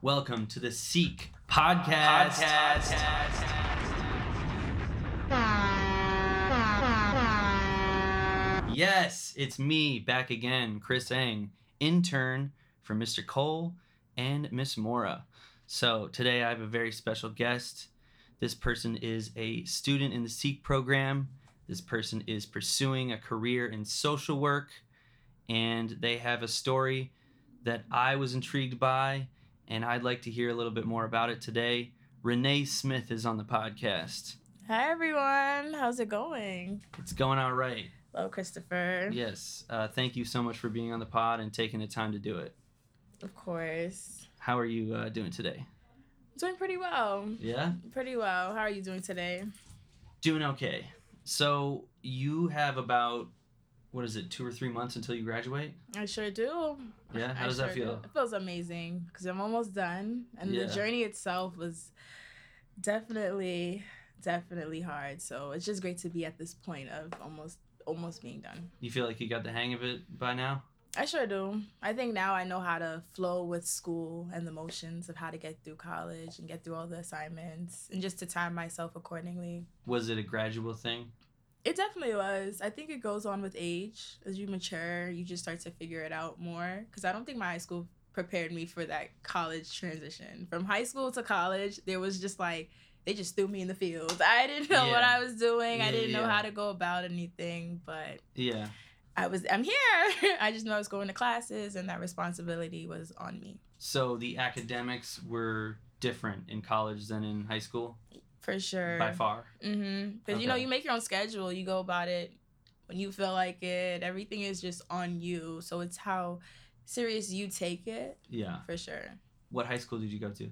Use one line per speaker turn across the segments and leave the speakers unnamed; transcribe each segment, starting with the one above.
Welcome to the Seek Podcast. Yes, it's me back again, Chris Eng, intern for Mr. Cole and Miss Mora. So today I have a very special guest. This person is a student in the Seek program. This person is pursuing a career in social work, and they have a story that I was intrigued by, and I'd like to hear a little bit more about it today. Renee Smith is on the podcast.
Hi everyone, how's it going?
It's going all right.
Hello, Christopher.
Yes. Uh, thank you so much for being on the pod and taking the time to do it.
Of course.
How are you uh, doing today?
Doing pretty well.
Yeah.
Pretty well. How are you doing today?
Doing okay. So you have about, what is it, two or three months until you graduate?
I sure do.
Yeah. How
I
does that
sure do.
feel?
It feels amazing because I'm almost done, and
Yeah.
the journey itself was definitely, definitely hard. So it's just great to be at this point of almost, almost being done.
You feel like you got the hang of it by now?
I sure do. I think now I know how to flow with school and the motions of how to get through college and get through all the assignments and just to time myself accordingly.
Was it a gradual thing?
It definitely was. I think it goes on with age. As you mature, you just start to figure it out more. Because I don't think my high school prepared me for that college transition. From high school to college, there was just like, they just threw me in the field. I didn't know what
Yeah.
I was doing.
Yeah,
I didn't know
yeah.
how to go about anything, but
Yeah.
I was, I'm here. I just know I was going to classes and that responsibility was on me.
So the academics were different in college than in high school
For sure.
by far.
Mm-hmm. Because you know,
Okay.
you make your own schedule. You go about it when you feel like it. Everything is just on you. So it's how serious you take it
Yeah.
for sure.
What high school did you go to?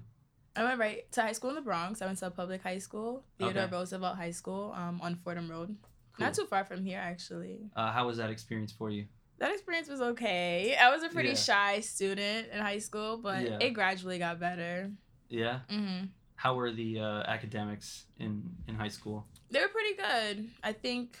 I went right to high school in the Bronx. I went to a public high school, Theodore
Okay.
Roosevelt High School, um, on Fordham Road. Not
Cool.
too far from here, actually.
Uh, how was that experience for you?
That experience was okay. I was a pretty
Yeah.
shy student in high school, but
Yeah.
it gradually got better.
Yeah.
Mm-hmm.
How were the uh, academics in in high school?
They were pretty good. I think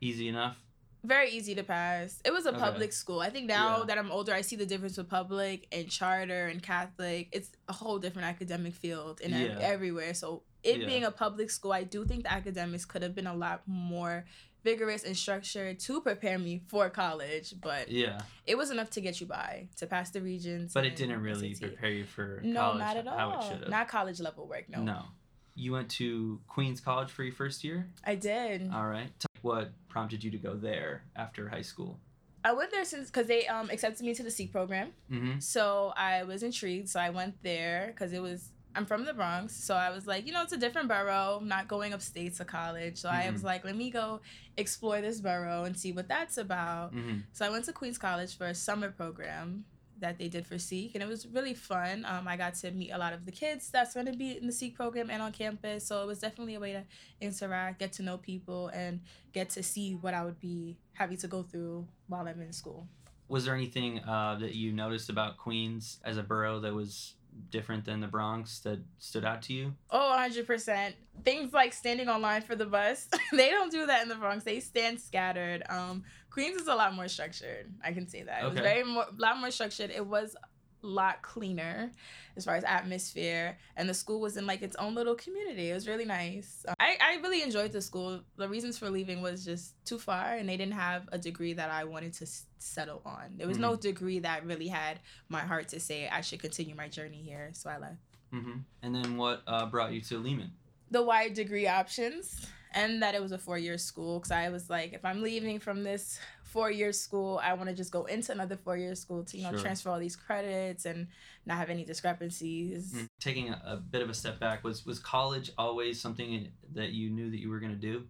Easy enough.
very easy to pass. It was a
Okay.
public school. I think now
Yeah.
that I'm older, I see the difference with public and charter and Catholic. It's a whole different academic field and
Yeah.
ev- everywhere. So it
Yeah.
being a public school, I do think the academics could have been a lot more vigorous and structured to prepare me for college. But
Yeah.
it was enough to get you by to pass the regions.
But it
and
didn't really
SAT.
prepare you for
No,
college
not at
how it
all.
should have.
Not college level work. No.
No. You went to Queens College for your first year?
I did.
All right. T- What prompted you to go there after high school?
I went there since because they um accepted me to the Seek program.
Mm-hmm.
So I was intrigued. So I went there because it was, I'm from the Bronx. So I was like, you know, it's a different borough. I'm not going upstate to college. So I
Mhm.
was like, let me go explore this borough and see what that's about.
Mm-hmm.
So I went to Queens College for a summer program that they did for Seek, and it was really fun. Um, I got to meet a lot of the kids that's going to be in the Seek program and on campus. So it was definitely a way to interact, get to know people, and get to see what I would be having to go through while I'm in school.
Was there anything uh, that you noticed about Queens as a borough that was different than the Bronx that stood out to you?
Oh, 100%. Things like standing on line for the bus, they don't do that in the Bronx. They stand scattered. Um, Queens is a lot more structured. I can say that. It was
Okay.
very more, a lot more structured. It was a lot cleaner as far as atmosphere. And the school was in like its own little community. It was really nice. Um, I, I really enjoyed the school. The reasons for leaving was just too far, and they didn't have a degree that I wanted to s- settle on. There was no degree that really had my heart to say I should continue my journey here. So I left
Mm-hmm. And then what uh, brought you to Lehman?
the wide degree options and that it was a four year school because I was like, if I'm leaving from this four year school, I want to just go into another four year school to, you know,
Sure.
transfer all these credits and not have any discrepancies.
Mm. Taking a, a bit of a step back, was was college always something that you knew that you were going to do?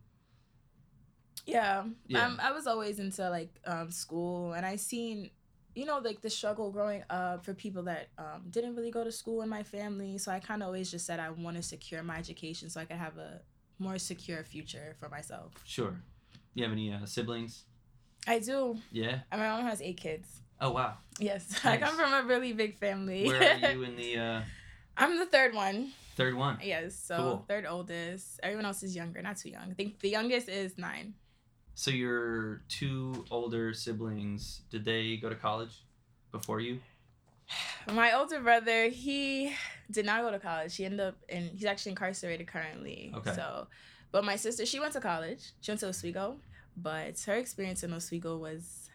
Yeah.
Yeah.
Um, I was always into like um, school and I seen, you know, like the struggle growing up for people that um, didn't really go to school in my family. So I kind of always just said I want to secure my education so I could have a more secure future for myself.
Sure. You have any uh, siblings?
I do.
Yeah.
And My mom has eight kids.
Oh wow.
Yes, I
Nice.
come from a really big family.
Where are you in the? Uh,
I'm the third one.
Third one.
Yes. So
Cool.
third oldest. Everyone else is younger, not too young. I think the youngest is nine.
So your two older siblings, did they go to college before you?
My older brother, he did not go to college. He ended up in he's actually incarcerated currently.
Okay.
So but my sister, she went to college. She went to Oswego, but her experience in Oswego was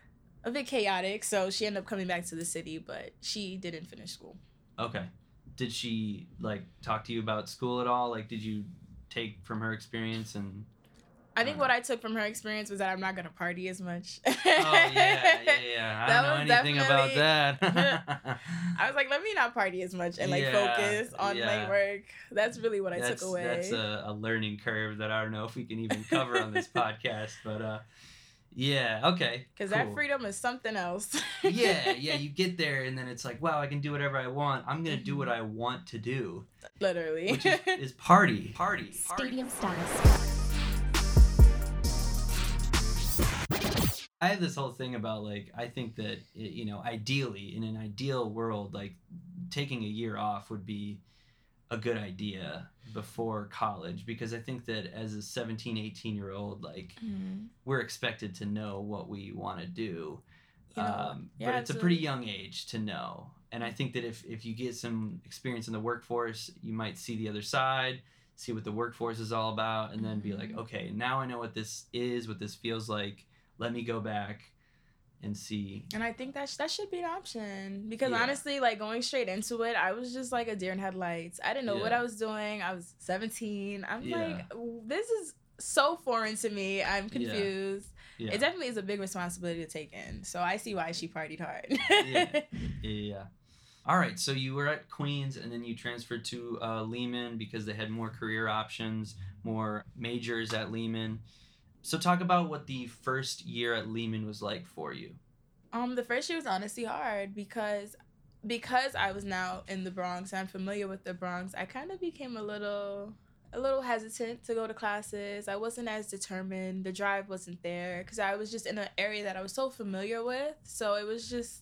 a bit chaotic, so she ended up coming back to the city, but she didn't finish school.
Okay. Did she like talk to you about school at all? Like, did you take from her experience and?
I think
Uh.
what I took from her experience was that I'm not gonna party as much.
Oh yeah, yeah, yeah. I
That
don't
was
know anything about
definitely-
that.
I was like, let me not party as much and like
Yeah,
focus on
yeah.
my work. That's really what I
that's,
took away.
That's uh, a, a learning curve that I don't know if we can even cover on this podcast, but uh, yeah, okay.
Because
cool.
that freedom is something else.
yeah, yeah, you get there and then it's like, wow, I can do whatever I want. I'm gonna do what I want to do,
Literally.
which is, is party, party, party.
Stadium Stars.
I have this whole thing about like I think that it, you know ideally in an ideal world like taking a year off would be a good idea before college because I think that as a 17 18 year old like
Mhm.
we're expected to know what we want to do
You know,
um, but
yeah,
it's a pretty young age to know and i think that if, if you get some experience in the workforce you might see the other side see what the workforce is all about and then be like
Mhm.
okay now i know what this is what this feels like let me go back and see
And I think that sh- that should be an option because
Yeah.
honestly, like going straight into it, I was just like a deer in headlights. I didn't know what
Yeah.
I was doing. I was 17. I'm
Yeah.
like, "W- this is so foreign to me. I'm confused.
yeah
It definitely is a big responsibility to take in. So I see why she partied hard.
Yeah. yeah all right so you were at queens and then you transferred to uh, lehman because they had more career options more majors at lehman so talk about what the first year at lehman was like for you
Um, the first year was honestly hard because because I was now in the Bronx, I'm familiar with the Bronx. I kind of became a little a little hesitant to go to classes. I wasn't as determined. The drive wasn't there because I was just in an area that I was so familiar with. So it was just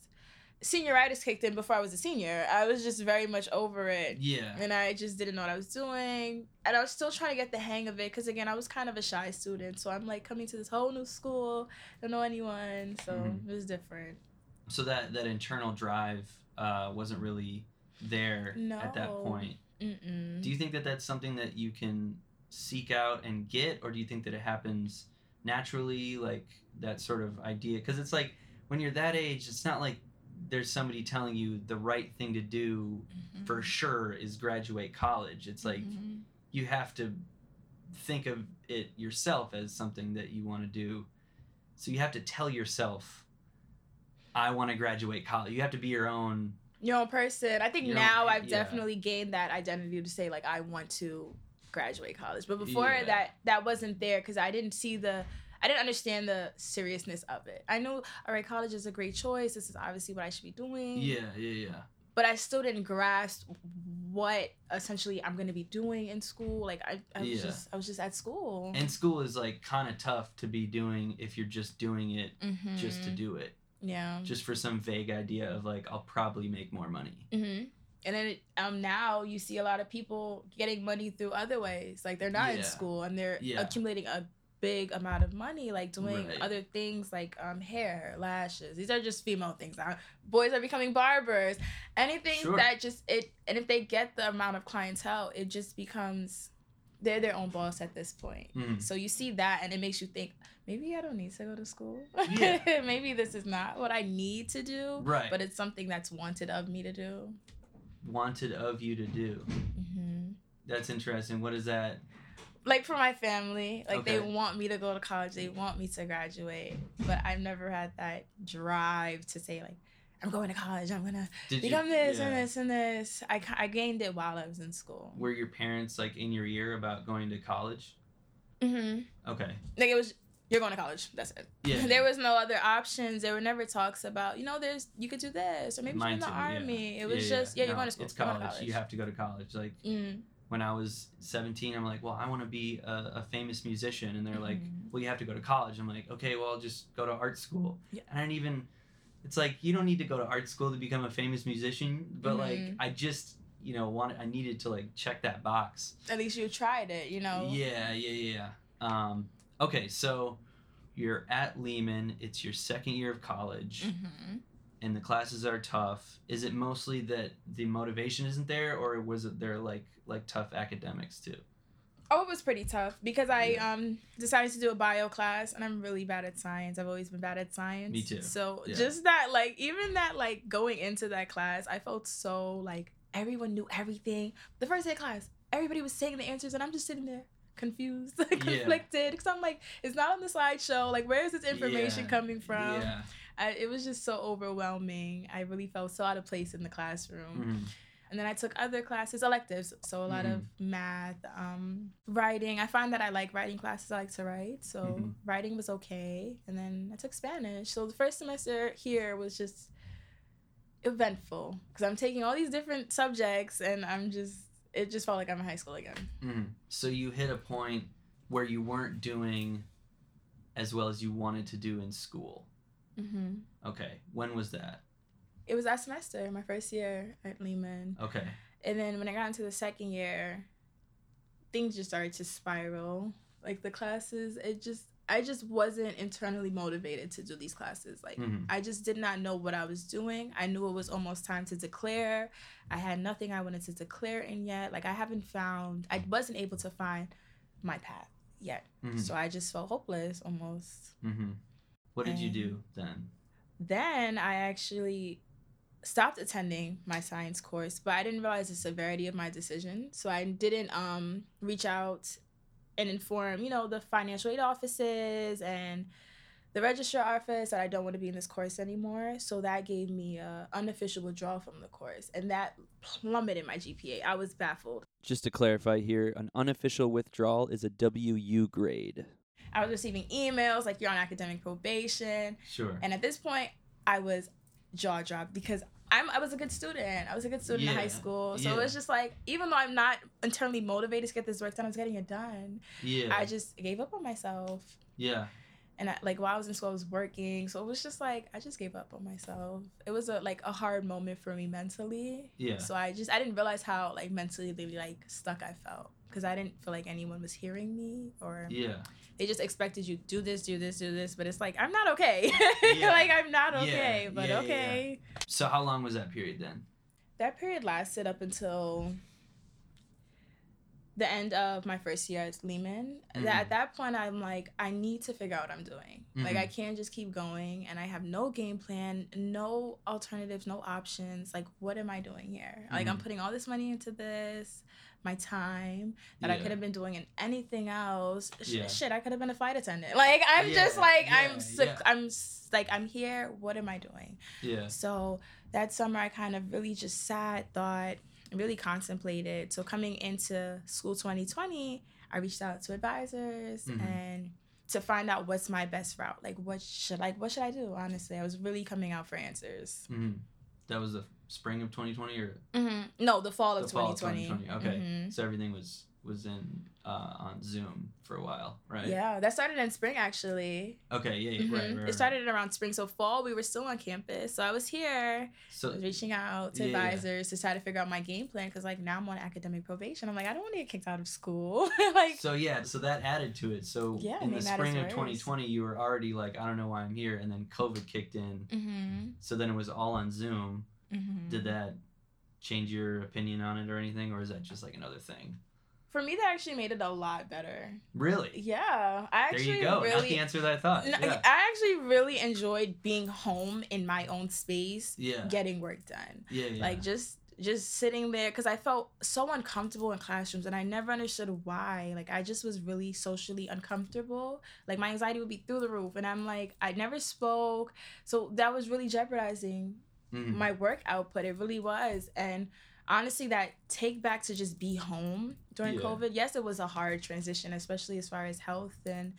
senioritis kicked in before I was a senior. I was just very much over it
yeah
and I just didn't know what I was doing. And I was still trying to get the hang of it because, again, I was kind of a shy student. So I'm like coming to this whole new school, don't know anyone. So
Mhm.
it was different.
so that that internal drive uh, wasn't really there at that
No.
point
Mm-mm.
do you think that that's something that you can seek out and get or do you think that it happens naturally like that sort of idea because it's like when you're that age it's not like there's somebody telling you the right thing to do
Mm-hmm.
for sure is graduate college it's like
Mhm.
you have to think of it yourself as something that you want to do. So you have to tell yourself, I want to graduate college. You have to be your own.
your own person. I think
Your own-
now I've
yeah.
definitely gained that identity to say, like, I want to graduate college. But before
Yeah.
that, that wasn't there because I didn't see the. I didn't understand the seriousness of it. I knew, all right, college is a great choice. This is obviously what I should be doing.
yeah, yeah.
but I still didn't grasp what essentially I'm gonna be doing in school. Like I, I was
Yeah.
just I was just at school.
And school is like kind of tough to be doing if you're just doing it just to
Mhm.
do it,
yeah.
just for some vague idea of like, I'll probably make more money.
hmm And then um now you see a lot of people getting money through other ways. Like they're not
Yeah.
in school and they're
Yeah.
accumulating a big amount of money, like doing
Right.
other things like um hair, lashes. These are just female things. Uh, Boys are becoming barbers. Anything
Sure.
that just it and if they get the amount of clientele, it just becomes they're their own boss at this point.
Mhm.
So you see that, and it makes you think maybe I don't need to go to school.
Yeah.
maybe this is not what I need to do.
Right.
But it's something that's wanted of me to do.
Wanted of you to do.
hmm
That's interesting. What is that?
Like for my family, like they
Okay.
want me to go to college, they want me to graduate, but I've never had that drive to say like, I'm going to college, I'm gonna
Did
become this and
yeah.
this and this. I ca- I gained it while I was in school.
Were your parents like in your ear about going to college?
hmm
Okay.
Like it was, you're going to college. That's it.
Yeah.
There was no other options. There were never talks about, you know, there's you could do this or maybe join the
too,
army. It was just, yeah, you're
No,
going to school.
It's
you're going
college.
to
You have to go to college. Like
Mm.
when I was 17, I'm like, well, I want to be a, a famous musician, and they're like,
Mhm.
well, you have to go to college. I'm like, okay, well, I'll just go to art school.
Yeah.
And I didn't even. It's like you don't need to go to art school to become a famous musician, but like
Mhm.
I just you know wanted I needed to like check that box.
At least you tried it, you know.
Yeah, yeah, yeah. Um, okay, so you're at Lehman. It's your second year of college,
hmm
and the classes are tough. Is it mostly that the motivation isn't there, or was it there like like tough academics too?
Oh, it was pretty tough because I
Yeah.
um decided to do a bio class and I'm really bad at science. I've always been bad at science.
Me too.
So
Yeah.
just that like even that like going into that class, I felt so like everyone knew everything. The first day of class, everybody was saying the answers and I'm just sitting there confused, conflicted cuz I'm like it's not on the slideshow. Like where is this information
Yeah,
coming from?
Yeah.
I, it was just so overwhelming. I really felt so out of place in the classroom
Mhm.
and then I took other classes, electives. So a lot of
Mhm.
math, um, writing. I find that I like writing classes. I like to write, so
Mhm.
writing was okay. And then I took Spanish. So the first semester here was just eventful because I'm taking all these different subjects, and I'm just it just felt like I'm in high school again.
Mhm. So you hit a point where you weren't doing as well as you wanted to do in school.
Mm-hmm.
Okay, when was that?
It was that semester, my first year at Lehman,
Okay.
and then when I got into the second year, things just started to spiral. Like the classes, it just I just wasn't internally motivated to do these classes. Like
Mhm.
I just did not know what I was doing. I knew it was almost time to declare. I had nothing I wanted to declare in yet. Like I haven't found I wasn't able to find my path yet.
Mhm.
So I just felt hopeless almost.
Mhm. What did you
And-
do then?
Then I actually stopped attending my science course, but I didn't realize the severity of my decision. So I didn't um reach out and inform, you know, the financial aid offices and the registrar office that I don't want to be in this course anymore. So that gave me a unofficial withdrawal from the course, and that plummeted my GPA. I was baffled.
Just to clarify here, an unofficial withdrawal is a WU grade.
I was receiving emails like you're on academic probation.
Sure.
And at this point, I was jaw dropped because I'm I was a good student. I was a good student in
Yeah,
high school. So
yeah.
it was just like, even though I'm not internally motivated to get this work done, I was getting it done.
yeah.
I just gave up on myself.
yeah.
And I, like while I was in school, I was working. So it was just like I just gave up on myself. It was a like a hard moment for me mentally.
Yeah.
So I just I didn't realize how like mentally like stuck I felt because I didn't feel like anyone was hearing me or
Yeah.
they just expected you do this, do this, do this, but it's like I'm not okay.
Yeah.
like I'm not
Yeah,
okay, but
yeah, yeah,
okay.
So how long was that period then?
That period lasted up until the end of my first year at Lehman. That-
Mhm.
At that point, I'm like, I need to figure out what I'm doing. Like,
Mhm.
I can't just keep going, and I have no game plan, no alternatives, no options. Like, what am I doing here? Like,
Mm-hmm.
I'm putting all this money into this, my time that I
Yeah.
could have been doing in anything else. Sh-
Yeah.
Shit, I could have been a flight attendant. Like, I'm just
Yeah,
like,
yeah,
I'm sick.
yeah.
I'm s- like, I'm here. What am I doing?
Yeah.
So that summer, I kind of really just sat, thought, and really contemplated. So coming into school 2020, I reached out to advisors
Mhm.
and to find out what's my best route. Like, what should like what should I do? Honestly, I was really coming out for answers.
hmm That was the spring of 2020, or
Mm-hmm. No, the fall of
The fall of
2020.
2020, okay.
Mhm.
so everything was was in uh, on Zoom for a while, right?
Yeah, that started in spring actually.
Okay. Yeah. yeah,
Mhm.
Right, right, right.
It started around spring, so fall we were still on campus. So I was here, I
So
was reaching out to
Yeah, yeah.
advisors to try to figure out my game plan because like now I'm on academic probation. I'm like I don't want to get kicked out of school. like
so yeah. So that added to it. So
Yeah, I
in the
mean, that is
spring of
worse.
2020, you were already like, I don't know why I'm here, and then COVID kicked in.
hmm
So then it was all on Zoom.
hmm
Did that change your opinion on it or anything, or is that just like another thing?
for me that actually made it a lot better.
Really?
Yeah, I actually
there you go. Not the
really.
answer that I thought.
No,
yeah.
I actually really enjoyed being home in my own space,
Yeah.
getting work done.
Yeah. yeah.
like just just sitting there because i felt so uncomfortable in classrooms and i never understood why like i just was really socially uncomfortable like my anxiety would be through the roof and i'm like i never spoke so that was really jeopardizing
Mhm.
my work output it really was and honestly that take back to just be home during
Yeah.
covid yes it was a hard transition especially as far as health and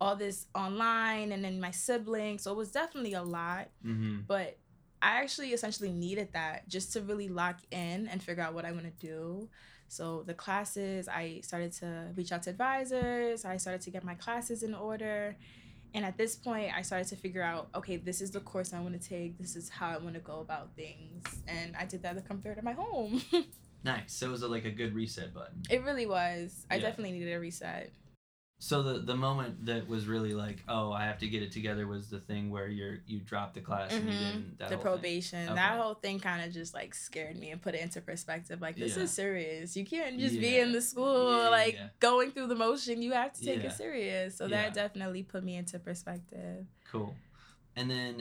all this online and then my siblings so it was definitely a lot
Mhm.
but I actually essentially needed that just to really lock in and figure out what I want to do. So the classes, I started to reach out to advisors. I started to get my classes in order. And at this point, I started to figure out, okay, this is the course I want to take. This is how I want to go about things. And I did that at the comfort of my home.
Nice. So it was like a good reset button.
It really was. I
Yeah.
definitely needed a reset.
So the the moment that was really like, oh, I have to get it together was the thing where you're you dropped the class and you
Mhm.
didn't that
the
whole thing.
probation.
Okay.
That whole thing kind of just like scared me and put it into perspective. Like this
Yeah.
is serious. You can't just be
Yeah.
in the school
Yeah, yeah,
like
yeah.
going through the motion. You have to take
Yeah.
it serious. So
Yeah.
that definitely put me into perspective.
Cool. And then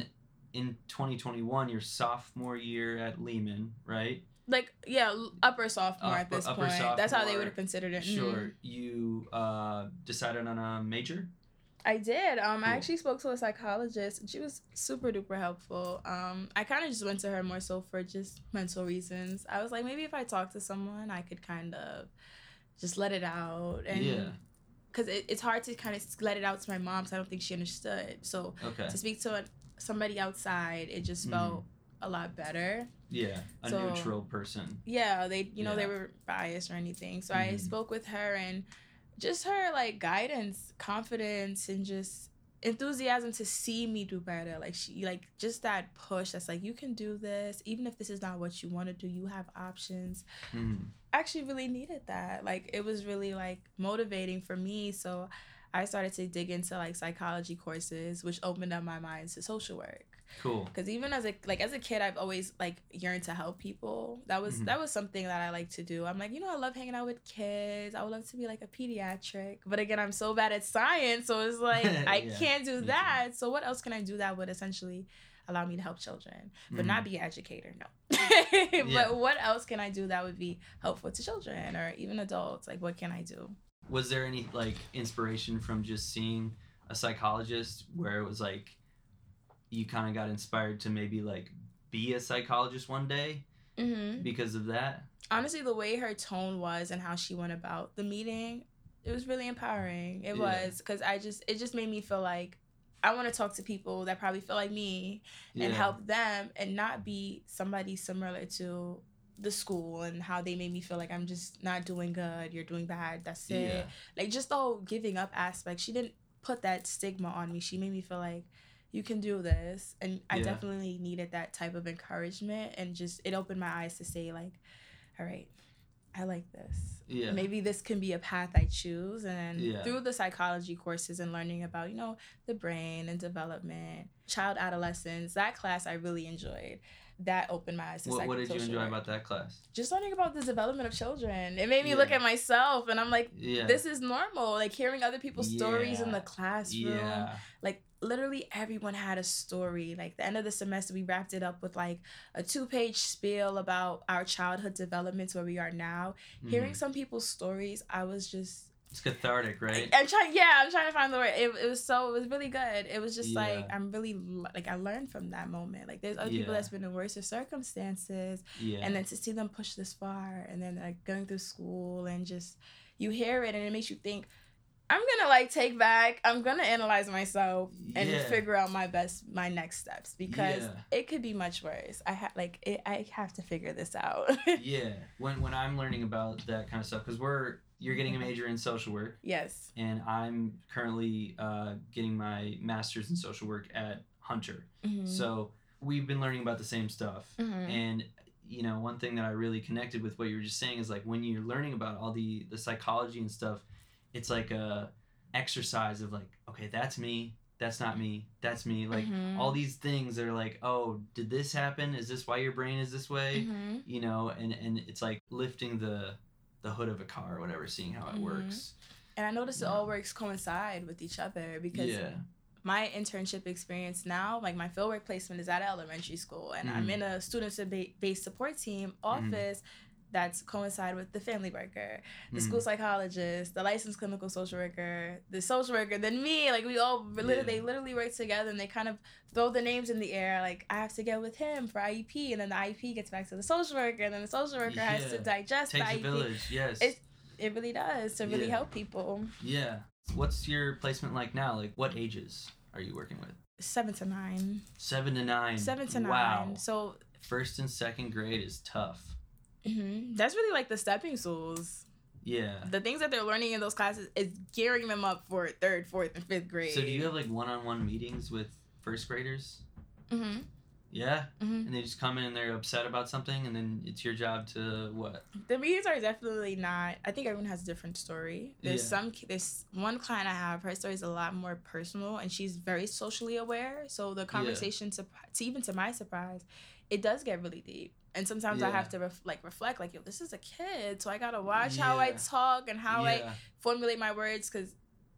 in 2021, your sophomore year at Lehman, right?
Like yeah, l- upper sophomore at
Upper-
this
upper
point. That's how they
sophomore.
would have considered it. Mhm.
Sure. You uh, decided on a major.
I did. Um, I
Cool.
actually spoke to a psychologist. and She was super duper helpful. Um, I kind of just went to her more so for just mental reasons. I was like, maybe if I talk to someone, I could kind of just let it out. And
yeah.
Because it, it's hard to kind of let it out to my mom. 'cause I don't think she understood. So
Okay.
to speak to a, somebody outside, it just
Mhm.
felt a lot better.
Yeah. A
So-
neutral person.
Yeah, they you know they
Yeah.
were biased or anything. So I
Mhm.
spoke with her and just her like guidance, confidence, and just enthusiasm to see me do better. Like she like just that push that's like you can do this, even if this is not what you want to do, you have options.
Mhm.
I actually really needed that. Like it was really like motivating for me. So I started to dig into like psychology courses, which opened up my mind to social work
Cool.
because even as a like as a kid i've always like yearned to help people that was
Mhm.
that was something that i like to do i'm like you know i love hanging out with kids i would love to be like a pediatric but again i'm so bad at science so it's like i
Yeah,
can't do
me too.
that so what else can i do that would essentially allow me to help children but not be an educator no
Mm. Yeah.
but what else can i do that would be helpful to children or even adults like what can i do
was there any like inspiration from just seeing a psychologist where it was like you kind of got inspired to maybe like be a psychologist one day
mm-hmm.
because of that
honestly the way her tone was and how she went about the meeting it was really empowering it
Yeah.
was because i just it just made me feel like i want to talk to people that probably feel like me and help them and not be somebody similar to the school and how they made me feel like i'm just not doing good you're doing bad that's it
yeah
like just the whole giving up aspect she didn't put that stigma on me she made me feel like you can do this and i
Yeah.
definitely needed that type of encouragement and just it opened my eyes to say like all right i like this
yeah
maybe this can be a path i choose and
Yeah.
through the psychology courses and learning about you know the brain and development child adolescence that class i really enjoyed that opened my eyes to
what, what did you
psychosocial
enjoy
work.
about that class
just learning about the development of children it made me look
Yeah.
at myself and i'm like
yeah
this is normal. Like hearing other people's stories in
Yeah.
the classroom.
yeah
Like literally everyone had a story. Like the end of the semester, we wrapped it up with like a two-page spiel about our childhood developments where we are now. Hearing
Mhm.
some people's stories, I was just
it's cathartic right
I'm trying. Yeah, I'm trying to find the word. It, it was so. It was really good. It was just like
Yeah.
I'm really l- like I learned from that moment. Like there's other people
Yeah.
that's been in worse of circumstances
yeah
and then to see them push this far and then like going through school and just you hear it and it makes you think i'm gonna like take back i'm gonna analyze myself and
Yeah.
figure out my best my next steps because
Yeah.
it could be much worse i ha- like it, i have to figure this out
yeah when when i'm learning about that kind of stuff because we're you're getting a major in social work
yes
and i'm currently uh, getting my master's in social work at hunter
Mhm.
So we've been learning about the same stuff.
Mhm.
And you know, one thing that I really connected with what you were just saying is like when you're learning about all the the psychology and stuff, it's like a exercise of like, okay, that's me, that's not me, that's me. Like
Mhm.
all these things that are like, oh, did this happen? Is this why your brain is this way?
Mhm.
You know, and and it's like lifting the the hood of a car or whatever, seeing how it
Mhm.
works.
and i noticed it
Yeah.
all works coincide with each other because
yeah.
my internship experience now, like my field work placement is at elementary school, and I'm
Mhm.
in a student suba- based support team
Mm-hmm.
office that's coincide with the family worker, the
Mhm.
school psychologist, the licensed clinical social worker, the social worker, then me. Like we all literally,
Yeah.
they literally work together, and they kind of throw the names in the air. Like I have to get with him for IEP, and then the IEP gets back to the social worker, and then the social worker has to
Yeah.
digest
Takes
the
a
IEP.
village, yes.
It's- It really does to really
Yeah.
help people.
Yeah. What's your placement like now? Like, what ages are you working with?
Seven to nine.
Seven to nine.
Seven to
Wow.
nine. So
First and second grade is tough.
hmm That's really like the stepping stools.
Yeah.
The things that they're learning in those classes is gearing them up for third, fourth, and fifth grade.
So do you have like one-on-one meetings with first graders?
Mhm.
Yeah.
Mhm.
And they just come in and they're upset about something, and then it's your job to what?
The meetings are definitely not. I think everyone has a different story. There's
Yeah.
some. There's one client I have. Her story is a lot more personal, and she's very socially aware. So the conversation, to, to even to my surprise, it does get really deep. And sometimes I
Yeah.
have to ref, like reflect, like yo, this is a kid, so I gotta watch how I
Yeah.
talk and how I
Yeah.
formulate my words because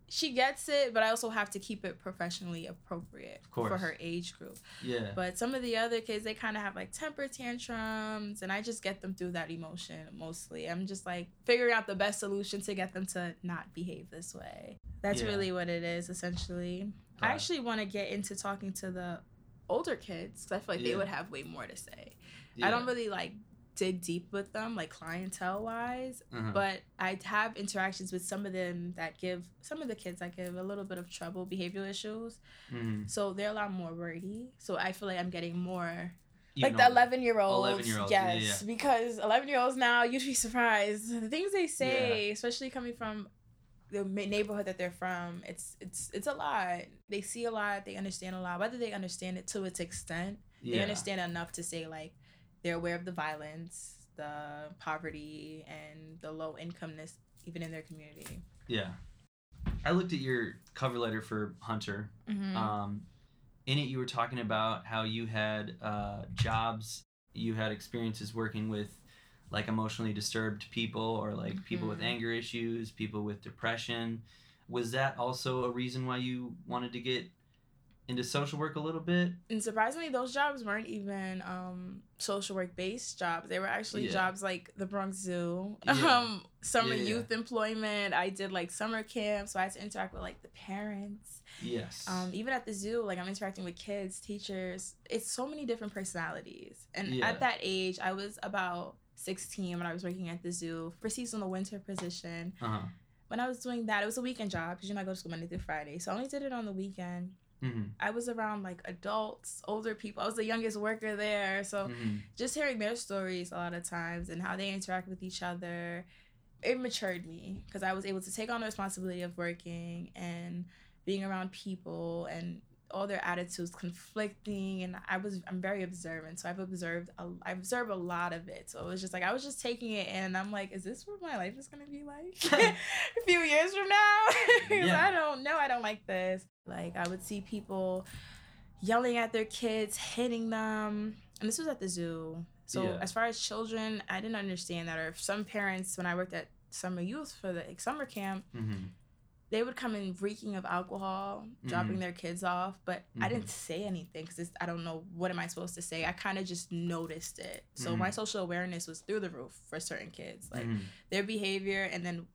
she gets it, but I also have to keep it professionally appropriate
Of
for
course.
her age group.
Yeah.
But some of the other kids, they kind of have like temper tantrums, and I just get them through that emotion mostly. I'm just like figuring out the best solution to get them to not behave this way. That's
Yeah.
really what it is, essentially. I
Right.
actually want to get into talking to the older kids because I feel like they
Yeah.
would have way more to say.
yeah.
I don't really like dig deep with them, like clientele wise,
Uh-huh.
but I have interactions with some of them that give some of the kids that give a little bit of trouble, behavioral issues.
Mhm.
So they're a lot more wordy. So I feel like I'm getting more
Even
like the
older.
11 year olds.
11-year-olds, yeah,
Yes, because 11 year olds now, you'd be surprised. The things they say, especially coming from the ma- neighborhood that they're from, it's it's it's a lot. They see a lot, they understand a lot. Whether they understand it to its extent,
Yeah.
they understand enough to say like they're aware of the violence, the poverty, and the low incomeness even in their community.
Yeah. I looked at your cover letter for Hunter.
Mm-hmm.
Um, in it, you were talking about how you had uh, jobs, you had experiences working with like emotionally disturbed people or like people with
Mhm.
anger issues, people with depression. Was that also a reason why you wanted to get into social work a little bit?
and surprisingly those jobs weren't even um social work based jobs they were actually
Yeah.
jobs like the bronx zoo
Yeah.
um summer
Yeah, yeah.
youth employment i did like summer camp so i had to interact with like the parents
Yes.
um even at the zoo like i'm interacting with kids teachers it's so many different personalities and
Yeah.
at that age i was about 16 when i was working at the zoo for seasonal winter position
uh-huh.
when i was doing that it was a weekend job because you know i go to school monday through friday so i only did it on the weekend
hmm
I was around like adults, older people. I was the youngest worker there. So
hmm
just hearing their stories a lot of times and how they interact with each other, it matured me because I was able to take on the responsibility of working and being around people and all their attitudes conflicting and I was I'm very observant so I've observed a, I observe a lot of it so it was just like I was just taking it in and I'm like is this what my life is gonna be like a few years from now 'Cause
Yeah.
I don't know I don't like this like I would see people yelling at their kids, hitting them. And this was at the zoo. So
Yeah.
as far as children, I didn't understand that. Or if some parents, when I worked at summer youth for the like, summer camp,
hmm
they would come in reeking of alcohol, dropping their kids off. But I didn't say anything because I don't know what am I supposed to say. I kind of just noticed it. So
Mhm.
my social awareness was through the roof for certain kids. Like
Mhm.
their behavior and then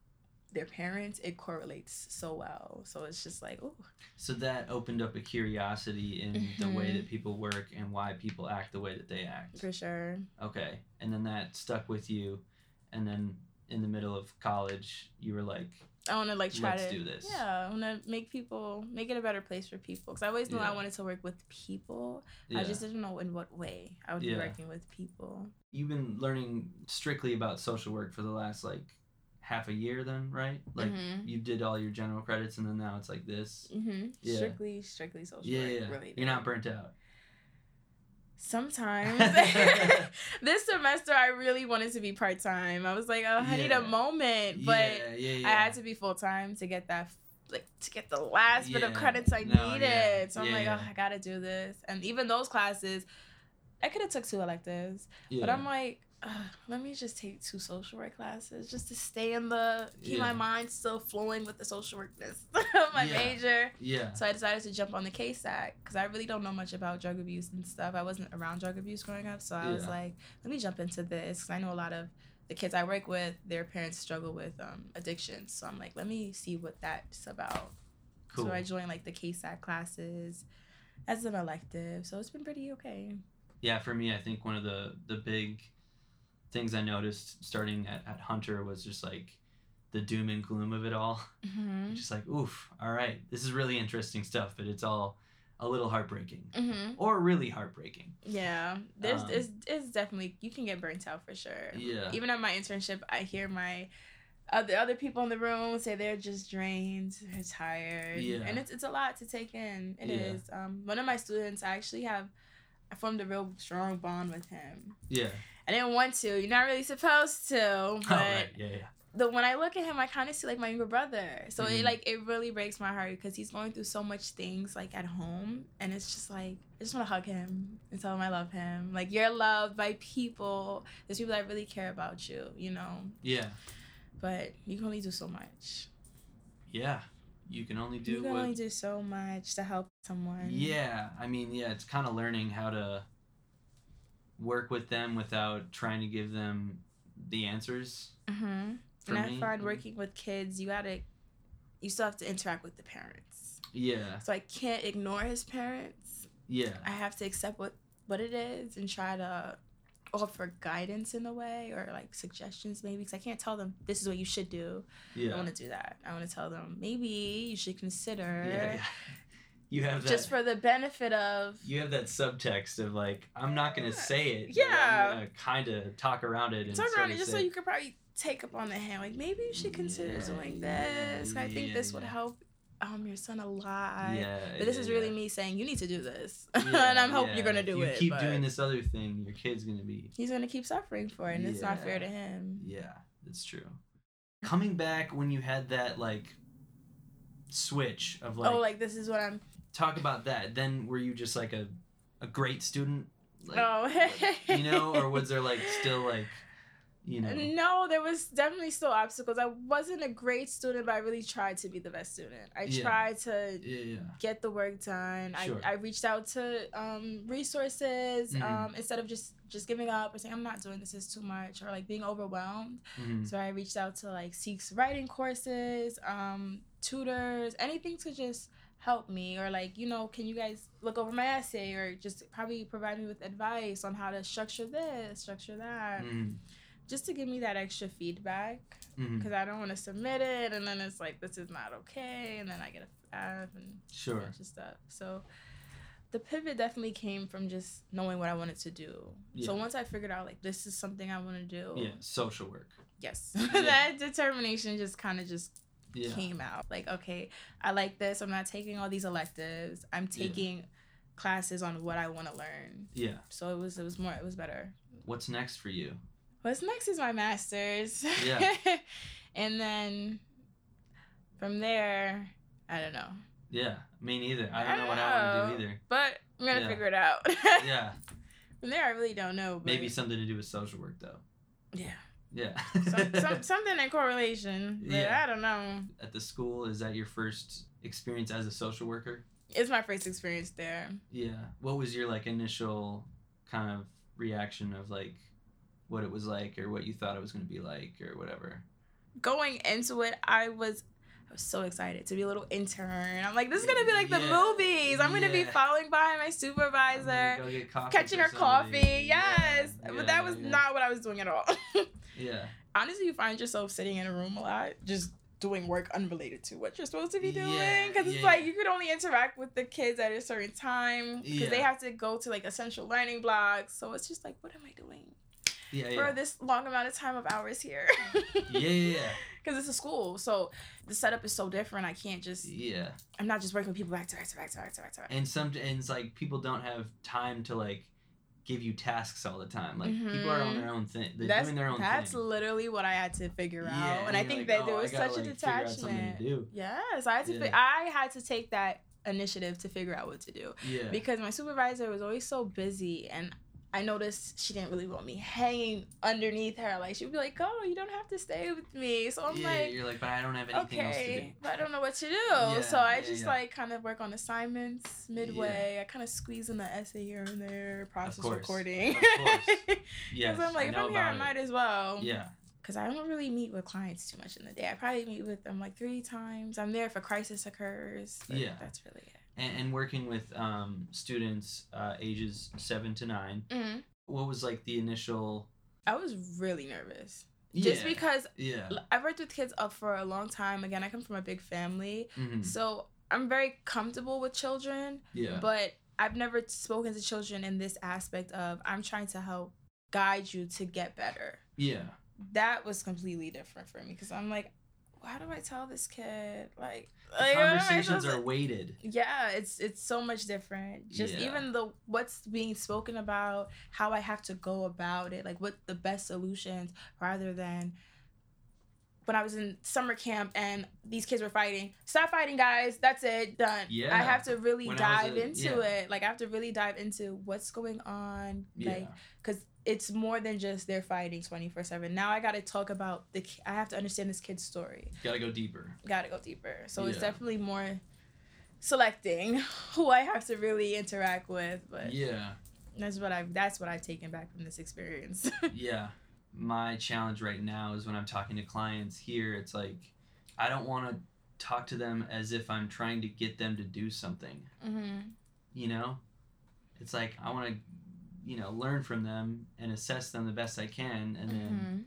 their parents, it correlates so well. So it's just like, ooh,
So that opened up a curiosity in the way
Mhm.
that people work and why people act the way that they act.
for sure.
Okay. And then that stuck with you. And then in the middle of college, you were like,
I want to like try
let's
to
do this.
Yeah, I want to make people make it a better place for people because I always knew
Yeah.
I wanted to work with people.
Yeah.
I just didn't know in what way I would
Yeah.
be working with people.
You've been learning strictly about social work for the last like half a year, then, right? Like
Mhm.
you did all your general credits and then now it's like this.
hmm
Yeah.
Strictly, strictly social
yeah.
work
yeah.
related.
You're not burnt out.
Sometimes this semester I really wanted to be part time. I was like, oh, I need
Yeah.
a moment, but
yeah. Yeah. Yeah.
I had to be full time to get that like to get the last bit of
Yeah.
credits I
No,
needed.
yeah.
So I'm
Yeah,
like,
yeah.
oh, I gotta do this. And even those classes, I could have took two electives,
yeah.
but I'm like, "Ugh, let me just take two social work classes just to stay in the keep
Yeah.
my mind still flowing with the social workness of my
Yeah.
major.
yeah.
So I decided to jump on the KSAC because I really don't know much about drug abuse and stuff. I wasn't around drug abuse growing up, so I was
Yeah.
like, let me jump into this 'cause I know a lot of the kids I work with, their parents struggle with um, addiction. So I'm like, let me see what that's about.
Cool.
So I joined like the KSAC classes as an elective. So it's been pretty okay.
yeah for me i think one of the the big things i noticed starting at, at hunter was just like the doom and gloom of it all
Mm-hmm.
just like oof all right this is really interesting stuff but it's all a little heartbreaking
Mm-hmm.
or really heartbreaking
Yeah, there's
Um,
it's, it's definitely you can get burnt out for sure.
yeah
Even at my internship, I hear my other other people in the room say they're just drained, they're tired,
Yeah.
and it's it's a lot to take in. It is.
Yeah.
Um, one of my students, I actually have I formed a real strong bond with him.
Yeah.
I didn't want to. You're not really supposed to. But
All right. Yeah. Yeah.
the when I look at him, I kind of see like my younger brother. So
Mhm.
it like it really breaks my heart because he's going through so much things like at home, and it's just like I just want to hug him and tell him I love him. Like you're loved by people. There's people that really care about you, you know.
Yeah.
But you can only do so much.
Yeah. You can only do
you can
what.
only do so much to help someone.
Yeah, I mean, yeah, it's kind of learning how to work with them without trying to give them the answers.
Mm-hmm.
For
And I
me,
find
mhm.
working with kids, you gotta, you still have to interact with the parents.
Yeah,
So I can't ignore his parents.
yeah,
I have to accept what what it is and try to offer guidance in a way or like suggestions maybe because I can't tell them this is what you should do. I
yeah.
want to do that. I want to tell them maybe you should consider
yeah, yeah. You have that.
just for the benefit of
you have that subtext of like, I'm not gonna say it.
Yeah.
kind of talk around it and
turn
sort
around
of
and just so
say-
you could probably take up on the hand like maybe you should consider
Yeah,
doing
yeah,
this. I think
yeah,
this would
yeah.
help um your son a lot.
yeah,
But this
yeah,
is really
yeah.
me saying you need to do this,
Yeah,
and I'm hoping you're
yeah.
gonna do
you
it.
keep
but
doing this other thing, your kid's gonna be.
He's gonna keep suffering for it, and it's not fair
Yeah.
to him.
Yeah, that's true. Coming back when you had that like switch of like,
oh, like this is what I'm
talk about that. Then were you just like a a great student? Like,
oh,
you know, or was there like still like you know?
No, there was definitely still obstacles. I wasn't a great student, but I really tried to be the best student. I
Yeah.
tried to
Yeah, yeah.
get the work done.
Sure.
I, I reached out to um, resources
Mhm.
um, instead of just just giving up or saying I'm not doing this is too much or like being overwhelmed.
Mhm.
So I reached out to like Seeks writing courses, um, tutors, anything to just help me or like, you know, can you guys look over my essay or just probably provide me with advice on how to structure this, structure that,
Mhm.
just to give me that extra feedback
Mhm.
because I don't want to submit it and then it's like, this is not okay. And then I get a F and a
Sure.
bunch of stuff. So the pivot definitely came from just knowing what I wanted to do. So
Yeah.
once I figured out like, this is something I want to do
Yeah, social work.
yes
Yeah.
that determination just kind of just
Yeah.
came out like okay i like this i'm not taking all these electives i'm taking classes on what i want to learn
Yeah.
so it was it was more it was better
What's next for you?
what's next is my master's
Yeah.
and then from there i don't know
Yeah. Me neither. I don't know what I want to do either.
but i'm gonna
Yeah.
figure it out
Yeah.
from there i really don't know but
Maybe something to do with social work though.
yeah
Yeah.
some, some, something in correlation but
Yeah.
i don't know
At the school, is that your first experience as a social worker?
it's my first experience there
Yeah. What was your like initial kind of reaction of like what it was like or what you thought it was going to be like or whatever?
going into it, I was I was so excited to be a little intern. I'm like, this is gonna be like the
Yeah.
movies. I'm gonna be
Yeah.
following behind my
I'm gonna
supervisor,
go get coffee
catching
for
her
somebody.
coffee.
Yeah,
Yes,
yeah,
but that was
yeah.
not what I was doing at all.
Yeah.
Honestly, you find yourself sitting in a room a lot, just doing work unrelated to what you're supposed to be
Yeah,
doing because it's
yeah,
like
yeah.
you could only interact with the kids at a certain time because they
Yeah.
have to go to like essential learning blocks so it's just like what am i doing
Yeah. Yeah.
for this long amount of time of hours here
yeah. Yeah.
because it's a school. So the setup is so different. I can't
Yeah.
just.
Yeah.
I'm not just working with people back to back to back to back to back to back.
And sometimes like people don't have time to like give you tasks all the time. Like people are on their own thing. They're
Mm-hmm. that's
doing their own
that's
thing.
literally what I had to figure out, and I
you're
think
like,
that
"Oh,
there
I
was
gotta,
such a
like, figure out something to
detachment.
do.
Yes, I had to.
Yeah.
Fi- I had to take that initiative to figure out what to do
Yeah.
because my supervisor was always so busy and. I noticed she didn't really want me hanging underneath her. Like she'd be like, "Oh, you don't have to stay with me." So I'm
yeah,
like,
you're like, but I don't have anything else to do.
okay, but I don't know what to do.
Yeah,
so I
yeah,
just
yeah.
like kind of work on assignments midway. I kind of squeeze in the essay here and there, process
course.
recording.
Of course.
Because
Yes,
I'm like,
I
if
know
I'm here,
about
I
it.
might as well.
Yeah.
Because I don't really meet with clients too much in the day. I probably meet with them like three times. I'm there if a crisis occurs. but
Yeah.
That's really it.
and, and working with um, students uh, ages seven to nine,
Mhm.
what was like the initial?
I was really nervous. Just
Yeah, Uh.
because
yeah,
l- I've worked with kids up for a long time. Again, I come from a big family.
mhm,
So I'm very comfortable with children.
yeah,
but I've never spoken to children in this aspect of I'm trying to help guide you to get better.
yeah,
That was completely different for me because I'm like, how do I tell this kid? Like,
The
like, what am I
conversations
supposed
are
to-
weighted.
Yeah, it's it's so much different. Just
Yeah.
even the what's being spoken about, how I have to go about it, like what the best solutions, rather than when I was in summer camp and these kids were fighting. Stop fighting, guys. That's it. Done.
Yeah.
I have to really
When I was
dive
a-
into
yeah.
it. Like I have to really dive into what's going on.
Yeah.
Like because it's more than just they're fighting 24 7 now i gotta talk about the ki- i have to understand this kid's story
Gotta go deeper.
gotta go deeper so it's
Yeah.
definitely more selecting who i have to really interact with but
Yeah.
that's what i've that's what i've taken back from this experience
yeah my challenge right now is when i'm talking to clients here it's like i don't want to talk to them as if i'm trying to get them to do something
mm-hmm.
you know it's like i want to you know learn from them and assess them the best i can and
Mm-hmm.
then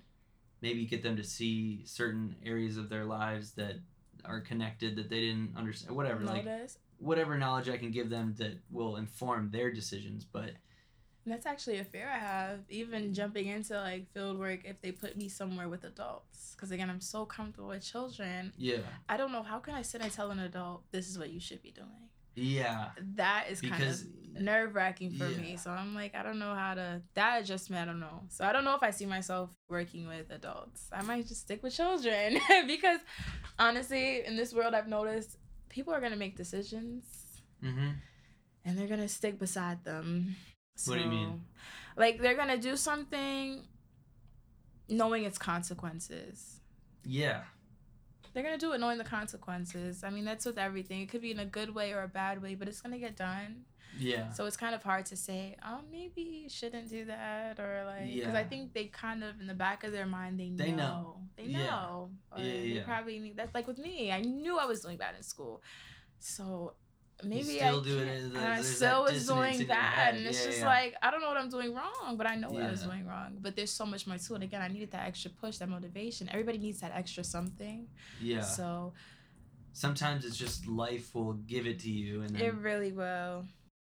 maybe get them to see certain areas of their lives that are connected that they didn't understand whatever like
Notice.
whatever knowledge i can give them that will inform their decisions but
that's actually a fear i have even jumping into like field work if they put me somewhere with adults because again i'm so comfortable with children
yeah
i don't know how can i sit and tell an adult this is what you should be doing
yeah
that is kind of
because
nerve wracking for
Yeah.
me. So I'm like, I don't know how to that adjustment. I don't know. So I don't know if I see myself working with adults. I might just stick with children because honestly, in this world, I've noticed people are gonna make decisions
hmm
and they're gonna stick beside them.
What do you mean?
So, Like they're gonna do something, knowing its consequences.
yeah
They're gonna do it knowing the consequences. I mean, that's with everything. It could be in a good way or a bad way, but it's gonna get done.
yeah
So it's kind of hard to say, oh, maybe you shouldn't do that, or like, because I
Yeah.
think they kind of in the back of their mind they know,
They know.
they
Yeah.
know, or
Yeah,
they
yeah.
probably need that's like with me. I knew I was doing bad in school, so maybe
still
I,
do it
can't-
in the-
and I
there's that
still was
dissonance in
doing
your
bad,
head.
and it's
Yeah,
just
yeah.
like I don't know what I'm doing wrong, but I know what I was
Yeah.
doing wrong. But there's so much more to it. Again, I needed that extra push, that motivation. Everybody needs that extra something.
yeah
So
sometimes it's just life will give it to you and
it
then
really will.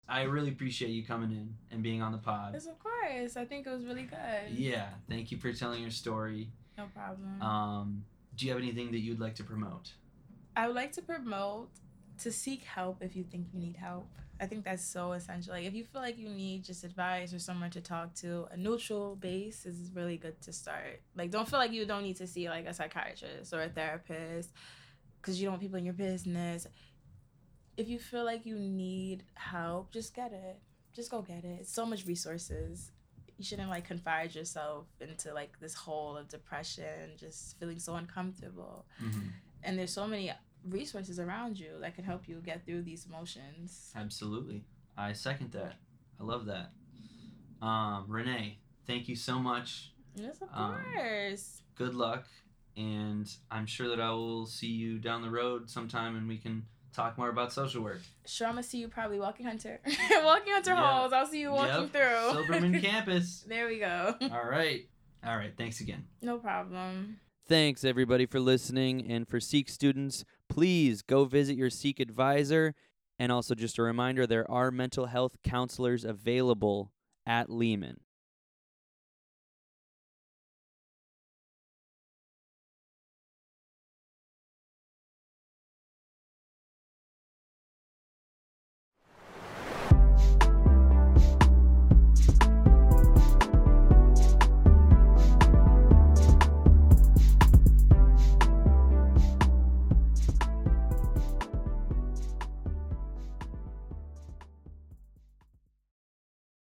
i really appreciate you coming in and being on the pod
Yes, of course. I think it was really good.
yeah thank you for telling your story
No problem.
um do you have anything that you'd like to promote
I would like to promote to seek help if you think you need help. I think that's so essential. Like if you feel like you need just advice or someone to talk to, a neutral base is really good to start. Like don't feel like you don't need to see like a psychiatrist or a therapist because you don't want people in your business. If you feel like you need help, just get it. Just go get it. It's so much resources. You shouldn't like confide yourself into like this hole of depression, just feeling so uncomfortable and there's so many resources around you that can help you get through these emotions.
absolutely i second that i love that um renee thank you so much
Yes, of
Um,
course.
good luck and i'm sure that i will see you down the road sometime and we can talk more about social work
Sure, I'm gonna see you probably walking hunter, walking hunter
Yeah.
halls. I'll see you walking
Yep,
through.
silberman campus
there we go.
all right all right thanks again
No problem.
Thanks, everybody, for listening. And for Seek students, please go visit your Seek advisor. And also, just a reminder there are mental health counselors available at Lehman.